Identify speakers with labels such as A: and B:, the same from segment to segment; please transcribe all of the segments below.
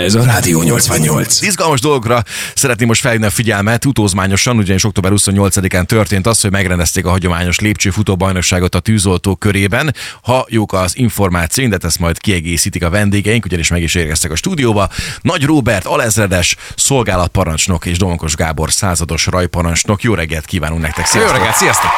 A: Ez a Rádió 88.
B: Izgalmas dolgokra szeretném most felhívni a figyelmet. Utózmányosan, ugyanis október 28-án történt az, hogy megrendezték a hagyományos lépcsőfutóbajnokságot a tűzoltó körében. Ha jók az információink, de ezt majd kiegészítik a vendégeink, ugyanis meg is érkeztek a stúdióba. Nagy Róbert, alezredes, szolgálatparancsnok és Domonkos Gábor százados rajparancsnok. Jó reggelt kívánunk nektek,
C: Jó
B: sziasztok!
C: reggelt, sziasztok!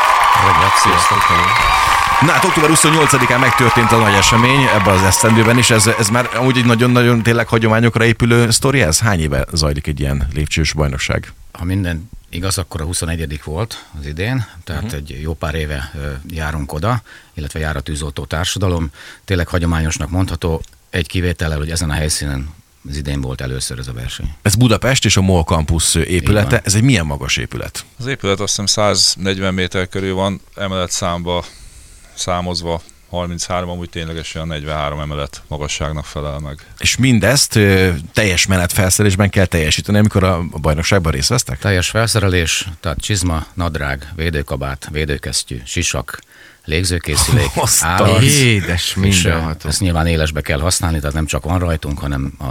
B: Na hát október 28-án megtörtént a nagy esemény ebben az esztendőben is. Ez, ez már amúgy egy nagyon-nagyon tényleg hagyományokra épülő sztori ez? Hány éve zajlik egy ilyen lépcsős bajnokság?
D: ha minden igaz, akkor a 21. volt az idén, tehát uh-huh. egy jó pár éve ö, járunk oda, illetve jár a tűzoltó társadalom. Tényleg hagyományosnak mondható, egy kivétellel, hogy ezen a helyszínen az idén volt először ez a verseny.
B: Ez Budapest és a MOL Campus
D: Így
B: épülete.
D: van.
B: Ez egy milyen magas épület?
E: Az épület azt hiszem 140 méter körül van, emelet számba számozva 33, amúgy ténylegesen a 43 emelet magasságnak felel meg.
B: És mindezt ö, teljes menetfelszerelésben kell teljesíteni, amikor a a bajnokságban részt vesztek?
D: Teljes felszerelés, tehát csizma, nadrág, védőkabát, védőkesztyű, sisak, légzőkészülék,
B: Hozta.
D: és
C: Édes
D: ö,
C: mindenható.
D: ezt nyilván élesbe kell használni, tehát nem csak van rajtunk, hanem a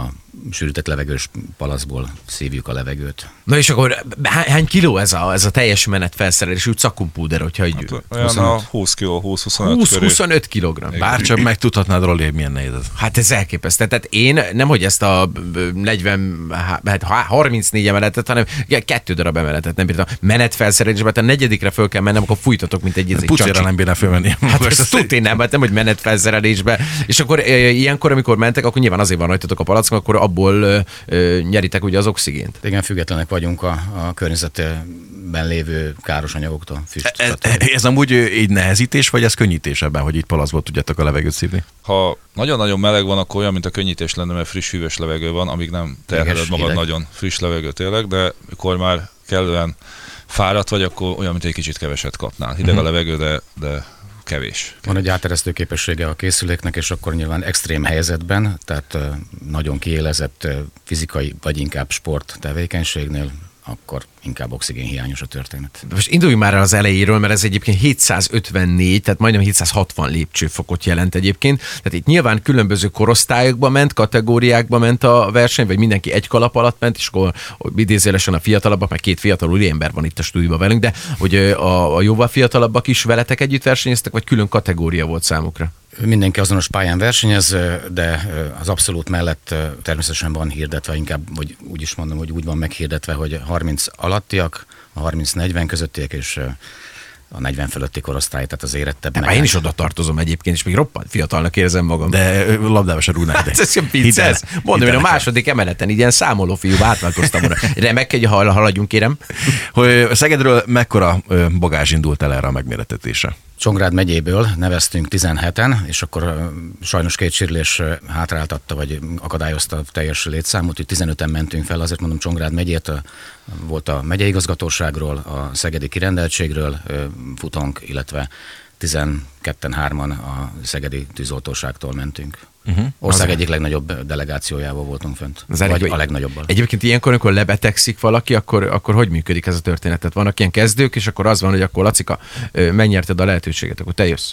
D: sűrített levegős palaszból szívjuk a levegőt.
C: Na és akkor hány, hány kiló ez a, ez a teljes menet felszerelés, úgy szakumpúder, hogyha így
E: Hát Olyan 25. a 20 kg, 20-25 hát, körül.
C: 20-25 kilogramm. Bár
B: Bárcsak megtudhatnád róla, hogy milyen nehéz ez.
C: Hát ez elképesztő. Tehát én nem, hogy ezt a ö, 40, hát há- 34 emeletet, hanem igen, kettő darab emeletet nem bírtam. Menetfelszerelésben, tehát a negyedikre föl kell mennem, akkor fújtatok, mint egy izé,
B: Pucéra
C: csacsi.
B: nem bírná fölmenni.
C: Hát ezt tudni nem, hát nem, hogy menetfelszerelésbe. És akkor e, ilyenkor, amikor mentek, akkor nyilván azért van rajtatok a palackon, akkor abból e, e, nyeritek ugye az oxigént.
D: Igen, függetlenek vagyunk a, a környezetben lévő káros anyagoktól, füst.
B: ez,
D: stb.
B: e- ez amúgy ö, egy nehezítés, vagy ez könnyítés ebben, hogy itt palacból tudjátok a levegőt szívni?
E: Ha nagyon-nagyon meleg van, akkor olyan, mint a könnyítés lenne, mert friss hűvös levegő van, amíg nem terheled
D: Hideg,
E: magad
D: hideg.
E: nagyon friss levegő tényleg, de mikor már kellően fáradt vagy, akkor olyan, mint egy kicsit keveset kapnál.
C: Mhm.
E: Hideg a levegő, de, de kevés.
D: Van egy áteresztő képessége a készüléknek, és akkor nyilván extrém helyzetben, tehát ö, nagyon kiélezett ö, fizikai vagy inkább sport tevékenységnél, akkor inkább oxigén hiányos a történet.
C: De Most induljunk már el az elejéről, mert ez egyébként 754, tehát majdnem 760 lépcsőfokot jelent egyébként. Tehát itt nyilván különböző korosztályokba ment, kategóriákba ment a verseny, vagy mindenki egy kalap alatt ment, és akkor idézélesen a fiatalabbak, meg két fiatal úriember van itt a stúdióban velünk, de hogy ö, a, a jóval fiatalabbak is veletek együtt versenyeztek, vagy külön kategória volt számukra?
D: Mindenki azonos pályán versenyez, ö, de ö, az abszolút mellett ö, természetesen van hirdetve, inkább vagy úgy is mondom, hogy úgy van meghirdetve, hogy 30 alattiak, a 30-40 közöttiek, és ö, a 40 fölötti korosztály, tehát az érettebb.
C: Már én is oda tartozom egyébként, és még roppant fiatalnak érzem magam.
B: De ö, labdába se rúgnál.
C: Hát ez sem vicc, ez. Mondom, én a második emeleten így ilyen számoló fiú átválkoztam oda. Remek, hogy hal- haladjunk, kérem.
B: Hogy Szegedről mekkora ö, bagázs indult el erre a megméretetésre?
D: Csongrád megyéből neveztünk 17-en, és akkor ö, sajnos két sérülés ö, hátráltatta, vagy akadályozta a teljes létszámot, hogy 15-en mentünk fel, azért mondom Csongrád megyét, ö, volt a megyei igazgatóságról, a szegedi kirendeltségről ö, futunk, illetve 12-3-an a szegedi tűzoltóságtól mentünk. Uh-huh. Ország egyik legnagyobb delegációjával voltunk fönt,
C: Mhm. Az elég-
D: vagy a legnagyobbal.
C: Egyébként ilyenkor, amikor lebetegszik valaki, akkor, akkor hogy működik ez a történet? Tehát vannak ilyen kezdők, és akkor az van, hogy akkor Lacika, ö, megnyerted a lehetőséget, akkor te jössz.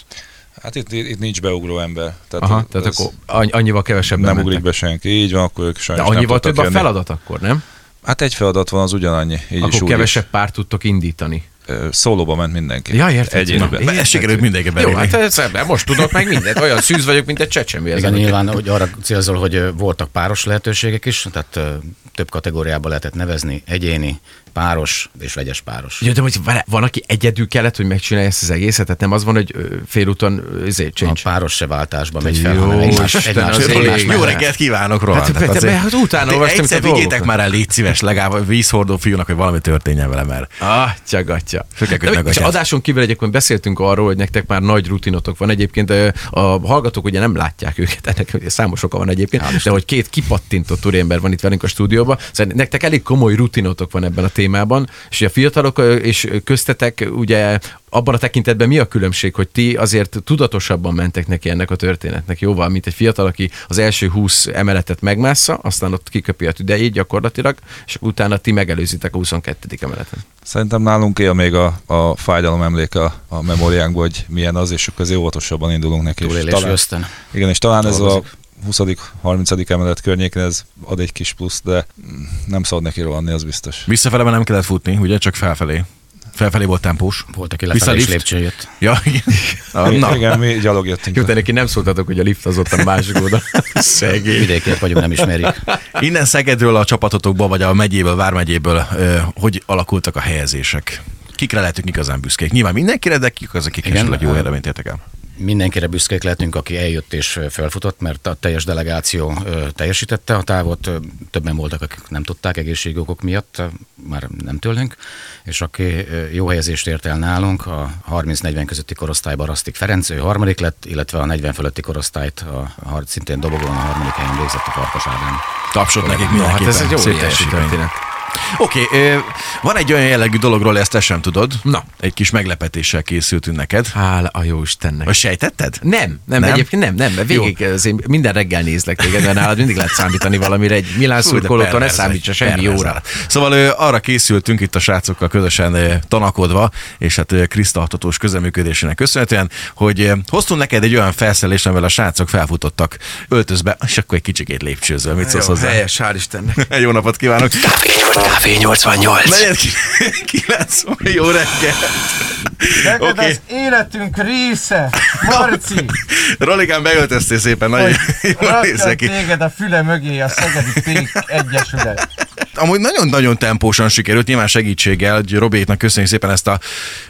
E: Hát itt, itt nincs beugró ember. Tehát,
C: Aha, tehát
E: ez
C: akkor annyi, annyival kevesebb
E: nem ugrik be senki, így van, akkor ők
C: De
E: sajnos nem
C: annyival
E: tudtak
C: több a
E: jönni.
C: feladat akkor, nem?
E: Hát egy feladat van, az ugyanannyi. Így is,
C: akkor
E: úgy
C: kevesebb párt tudtok indítani.
E: Is. Ö, Szólóba ment mindenki.
C: Ja, értem.
E: Egyéniben.
C: Na,
B: Be- Ez sikerült mindenki belé.
C: Jó, hát ez, ebben most tudok meg mindent. Olyan szűz vagyok, mint egy csecsemő. ezen
D: Igen,
C: a
D: nyilván hogy arra célzol, hogy ö, voltak páros lehetőségek is, tehát ö, több kategóriába lehetett nevezni, egyéni, páros és vegyes páros.
C: Jó, de hogy van, van, aki egyedül kellett, hogy megcsinálja ezt az egészet, tehát nem az van, hogy ö, félúton ö, izé,
D: A
C: change.
D: páros se váltásba megy fel,
C: Jó,
D: hanem egymás,
C: Isten,
D: egymás,
C: az
D: egymás
C: ég.
D: mellett.
B: Jó reggelt kívánok, Roland.
C: Hát, te-
B: azért-
C: te- hát utána
B: Te
C: olvastam itt
B: Egyszer
C: a dolgokat.
B: vigyétek már el, légy szíves, legalább a vízhordó fiúnak, hogy valami történjen vele, mert
C: Ah, Atya, gatya.
B: Sökek
C: De
B: ötnek
C: És
B: atyát.
C: adáson kívül egyébként beszéltünk arról, hogy nektek már nagy rutinotok van. Egyébként ö, a hallgatók ugye nem látják őket, ennek ugye számos oka van egyébként, de hogy két kipattintott úriember van itt velünk a stúdióban. Szóval nektek elég komoly rutinotok van ebben a témában, és a fiatalok ö, és köztetek ugye abban a tekintetben mi a különbség, hogy ti azért tudatosabban mentek neki ennek a történetnek jóval, mint egy fiatal, aki az első 20 emeletet megmásza, aztán ott kiköpi a tüdejét gyakorlatilag, és utána ti megelőzitek a 22. emeleten.
E: Szerintem nálunk él még a, a fájdalom emléke a, a memóriánkban, hogy milyen az, és akkor azért óvatosabban indulunk neki. és
D: Túlélés ösztön.
E: igen, és talán ez a 20.-30. emelet környékén ez ad egy kis plusz, de nem szabad neki rohanni, az biztos.
B: Visszafele már nem kellett futni, ugye? Csak felfelé. Felfelé volt tempós.
D: Volt, aki
B: Vissza
D: lefelé is
B: lift?
D: lépcső jött.
B: Ja, igen. Na,
E: Na.
B: na.
E: Igen, mi gyalog jöttünk.
C: Jó, de neki nem szóltatok, hogy a lift az ott a másik oda. Szegény.
D: Vidékiek vagyunk, nem ismerjük.
B: Innen Szegedről a csapatotokból, vagy a megyéből, vármegyéből, ö, hogy alakultak a helyezések? Kikre lehetünk igazán büszkék? Nyilván mindenkire, de kik az, akik
D: Igen,
B: esetleg jó
D: hát-
B: eredményt értek el?
D: Mindenkire büszkék lehetünk, aki eljött és felfutott, mert a teljes delegáció ö, teljesítette a távot, ö, többen voltak, akik nem tudták egészségi okok miatt, ö, már nem tőlünk, és aki ö, jó helyezést ért el nálunk, a 30-40 közötti korosztályban Rasztik Ferenc, ő harmadik lett, illetve a 40 fölötti korosztályt a, a, szintén dobogón a harmadik helyen végzett a Farkas Ádám.
B: Tapsot nekik
C: Na, hát
B: mindenképpen.
C: ez egy
B: Szép
C: óriási
B: teljesítmény.
C: történet.
B: Oké, ö, van egy olyan jellegű dologról, ezt te sem tudod.
C: Na.
B: Egy kis meglepetéssel készültünk neked.
C: Hála a jó Istennek.
B: Vagy sejtetted?
C: Nem, nem,
B: Nem?
C: nem, egyébként nem, nem, mert végig az én minden reggel nézlek téged, mert nálad mindig lehet számítani valamire, egy Milán
B: Fú, de
C: szurkolótól ne
B: perverz vagy,
C: számítsa semmi
B: perverz
C: jóra.
B: állat. Szóval ö, arra készültünk itt a srácokkal közösen ö, tanakodva, és hát ö, Kriszta hatatós közeműködésének köszönhetően, hogy ö, hoztunk neked egy olyan felszerelést, amivel a srácok felfutottak öltözbe, és akkor egy kicsikét lépcsőzve. Mit szólsz hozzá?
C: hál' Istennek.
B: Jó napot kívánok!
A: Café 88.
B: Negyed ki- kilenc, óra, jó reggel! Oké,
F: Neked az életünk része, Marci.
B: Rolikán beöltöztél szépen, nagyon jól nézel
F: Rakjak
B: ki.
F: téged a füle mögé a Szegedi Pék Egyesület.
B: Amúgy nagyon-nagyon tempósan sikerült, nyilván segítséggel, hogy Robéknak köszönjük szépen ezt a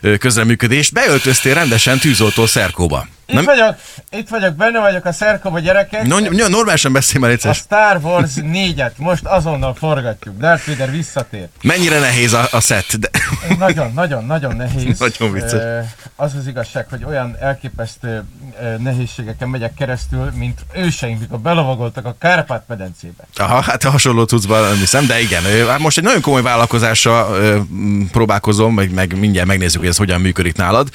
B: ö, közreműködést. Beöltöztél rendesen tűzoltó szerkóba.
F: Itt vagyok, itt vagyok, benne vagyok a szerkoba gyerekek.
B: No, no, normálisan beszélj már
F: a
B: egyszer.
F: Star Wars 4-et most azonnal forgatjuk. Darth Vader visszatér.
B: Mennyire nehéz a, a szett, de
F: Ez Nagyon, nagyon, nagyon nehéz.
B: Nagyon vicces.
F: Ö, Az az igazság, hogy olyan elképesztő ö, nehézségeken megyek keresztül, mint őseink, mikor belovagoltak a Kárpát-medencébe.
B: Aha, hát hasonló cuccban nem hiszem, de igen. Ö, Hát most egy nagyon komoly vállalkozással ö, m, próbálkozom, meg, meg mindjárt megnézzük, hogy ez hogyan működik nálad.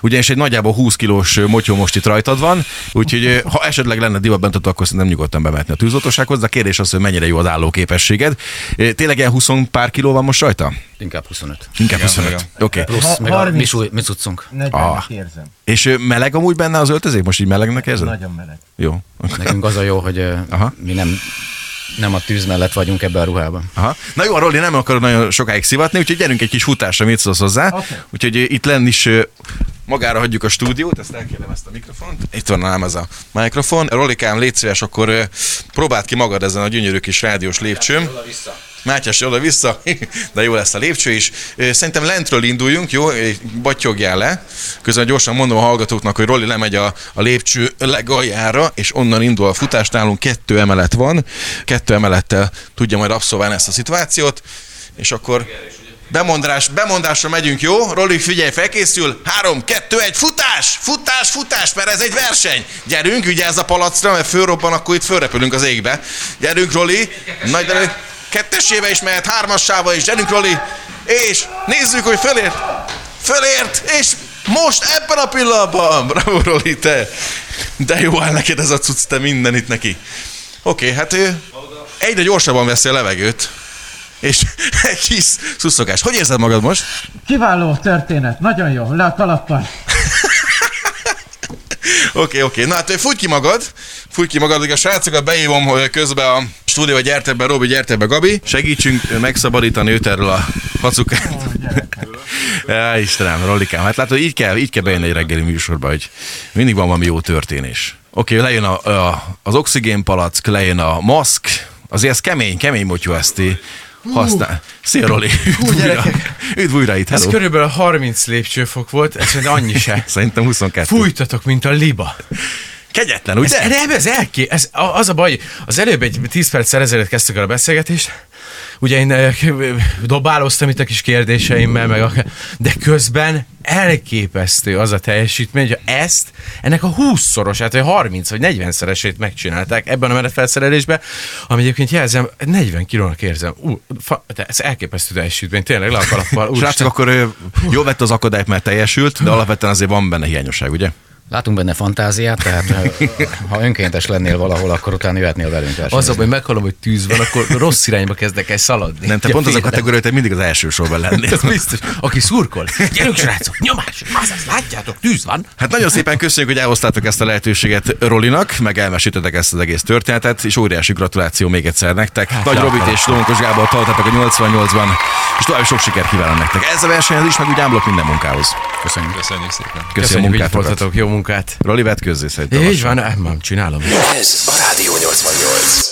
B: Ugyanis egy nagyjából 20 kilós ö, motyó most itt rajtad van, úgyhogy ö, ha esetleg lenne divat bent, akkor szerintem nyugodtan bemehetne a tűzoltósághoz, de a kérdés az, hogy mennyire jó az állóképességed. Ö, Tényleg ilyen 20 pár kiló van most rajta?
D: Inkább 25.
B: Inkább
E: Igen,
B: 25. Oké.
E: igen.
B: Okay.
D: Plusz,
F: Ha-
D: meg a
F: 30.
D: mi, súly, mi cuccunk.
F: 40
B: Ah.
F: ah. érzem.
B: És ö, meleg amúgy benne az öltözék? Most így melegnek érzed?
F: Nagyon meleg.
B: Jó.
D: Nekünk az a jó, hogy ö,
B: Aha.
D: mi nem, nem a tűz mellett vagyunk ebben a ruhában.
B: Aha. Na jó, a Roli nem akarod nagyon sokáig szivatni, úgyhogy gyerünk egy kis futásra, mit szólsz hozzá. Okay.
F: Oké.
B: Úgyhogy ö, itt lenn is ö, magára hagyjuk a stúdiót, ezt elkérem ezt a mikrofont. Itt van nálam ez a mikrofon. Rolikám, légy szíves, akkor ö, próbáld ki magad ezen a gyönyörű kis rádiós lépcsőn. Mátyás, oda-vissza, de jó lesz a lépcső is. Ö, Szerintem lentről induljunk, jó? Ö, Battyogjál le. Közben gyorsan mondom a hallgatóknak, hogy Roli lemegy a, a lépcső legaljára, és onnan indul a futás. Nálunk kettő emelet van. Kettő emelettel tudja majd abszolválni ezt a szituációt. És akkor bemondás, bemondásra megyünk, jó? Roli, figyelj, felkészül. Három, kettő, egy, futás! Futás, futás, mert ez egy verseny. Gyerünk, vigyázz a palacra, mert fölrobban, akkor itt fölrepülünk az égbe. Gyerünk, Roli. Nagy derő- Kettesébe is mehet, hármassába is, gyerünk Roli, és nézzük, hogy fölért. Fölért, és most ebben a pillanatban, bravo Roli, te. De jó áll neked ez a cucc, te minden itt neki. Oké, okay, hát ő egyre gyorsabban veszi a levegőt. És egy kis szuszogás. Hogy érzed magad most?
F: Kiváló történet, nagyon jó, le a kalappal.
B: Oké, okay, oké. Okay. Na hát fújj ki magad, fújj ki magad, hogy a srácokat beívom hogy közbe a stúdióba, gyerte be, Robi, gyerte be, Gabi. Segítsünk ö, megszabadítani őt erről a facukát. Á, Istenem, Rolikám, hát látod, így kell, így kell bejönni egy reggeli műsorba, hogy mindig van valami jó történés. Oké, okay, lejön a, a, az oxigénpalack, lejön a maszk, azért ez kemény, kemény motyó ezt í- használ. Szia, Roli! Üdv újra!
C: gyerekek.
B: Üdv újra itt,
C: Ez
B: hello!
C: körülbelül 30 lépcsőfok volt, ez szerintem annyi se.
B: Szerintem 22.
C: Fújtatok, mint a liba.
B: Kegyetlen, ugye?
C: Ez, nem, ez elké... Ez, a- az a baj, hogy az előbb egy 10 perccel ezelőtt kezdtük el a beszélgetést, ugye én eh, dobáloztam itt a kis kérdéseimmel, meg akár, de közben elképesztő az a teljesítmény, hogy ezt, ennek a 20-szorosát, vagy 30 vagy 40 szeresét megcsinálták ebben a menetfelszerelésben, ami egyébként jelzem, 40 kilónak érzem. Ú, fa, de ez elképesztő teljesítmény, tényleg le a kalappal.
B: Srácok,
C: úristen.
B: akkor ö, jól vett az akadályt, mert teljesült, de alapvetően azért van benne hiányosság, ugye?
D: Látunk benne fantáziát, tehát ö, ha önkéntes lennél valahol, akkor utána jöhetnél velünk
C: Az,
D: versenyezni.
C: a baj, hogy meghallom, hogy tűz van, akkor rossz irányba kezdek el szaladni.
B: Nem, te
C: Ugye,
B: pont az a
C: félek.
B: kategória, hogy te mindig az első sorban lennél.
C: Ez biztos. Aki szurkol. Gyerünk, srácok, nyomás! Az, az, látjátok, tűz van.
B: Hát nagyon szépen köszönjük, hogy elosztátok ezt a lehetőséget Rolinak, meg elmesítetek ezt az egész történetet, és óriási gratuláció még egyszer nektek.
C: Hát,
B: Nagy Robit és Lomonkos Gábor találtatok a 88-ban, és tovább sok sikert kívánom nektek. Ez a versenyhez is, meg úgy ámblok minden munkához.
D: Köszönjük.
E: Köszönjük szépen.
B: Köszönjük, a
C: hogy itt
B: munkátokat.
C: voltatok, jó munkát.
B: Roli, vedd közzé szerintem.
C: Így van, nem, csinálom.
A: Ez a Rádió 88.